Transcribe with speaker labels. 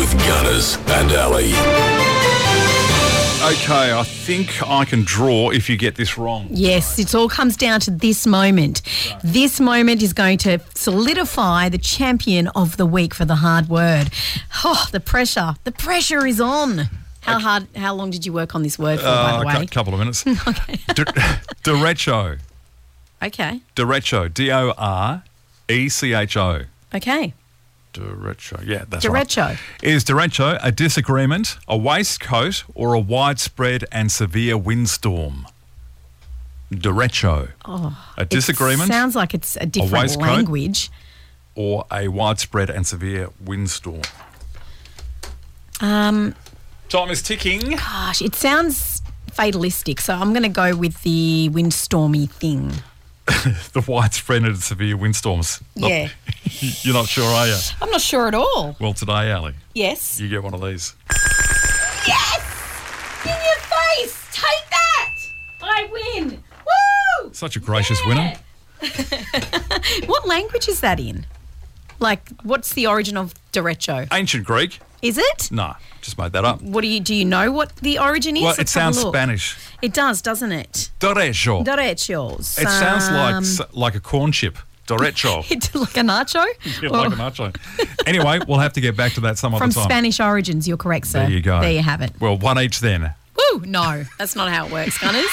Speaker 1: Maz and Ali.
Speaker 2: Okay, I think I can draw if you get this wrong.
Speaker 3: Yes, it all comes down to this moment. This moment is going to solidify the champion of the week for the hard word. Oh, the pressure. The pressure is on. How hard how long did you work on this word for,
Speaker 2: Uh,
Speaker 3: by the
Speaker 2: a cou-
Speaker 3: way?
Speaker 2: couple of minutes. okay. derecho.
Speaker 3: Okay.
Speaker 2: Derecho. D O R E C H O.
Speaker 3: Okay.
Speaker 2: Derecho. Yeah, that's
Speaker 3: Derecho.
Speaker 2: right. Is derecho a disagreement, a waistcoat, or a widespread and severe windstorm? Derecho. Oh, a
Speaker 3: It
Speaker 2: disagreement
Speaker 3: sounds like it's a different
Speaker 2: waistcoat?
Speaker 3: language.
Speaker 2: or a widespread and severe windstorm?
Speaker 3: Um,
Speaker 2: Time is ticking.
Speaker 3: gosh, it sounds fatalistic, so I'm going to go with the windstormy thing.
Speaker 2: The widespread and severe windstorms. Not-
Speaker 3: Yeah.
Speaker 2: You're not sure, are you?
Speaker 3: I'm not sure at all.
Speaker 2: Well, today, Ali,
Speaker 3: Yes.
Speaker 2: you get one of these.
Speaker 3: Yes! In your face! Take that! I win! Woo!
Speaker 2: Such a gracious winner.
Speaker 3: What language is that in? Like, what's the origin of derecho?
Speaker 2: Ancient Greek?
Speaker 3: Is it?
Speaker 2: Nah, just made that up.
Speaker 3: What do you do? You know what the origin is?
Speaker 2: Well, it
Speaker 3: Let's have a
Speaker 2: sounds
Speaker 3: look.
Speaker 2: Spanish.
Speaker 3: It does, doesn't it?
Speaker 2: Derecho.
Speaker 3: Derecho.
Speaker 2: it sounds like s- like a corn chip. Derecho.
Speaker 3: It's like a nacho.
Speaker 2: Yeah, like a nacho. Anyway, we'll have to get back to that some other
Speaker 3: From
Speaker 2: time.
Speaker 3: Spanish origins, you're correct, sir.
Speaker 2: There you go.
Speaker 3: There you have it.
Speaker 2: Well, one each then.
Speaker 3: Woo! No, that's not how it works, Gunners.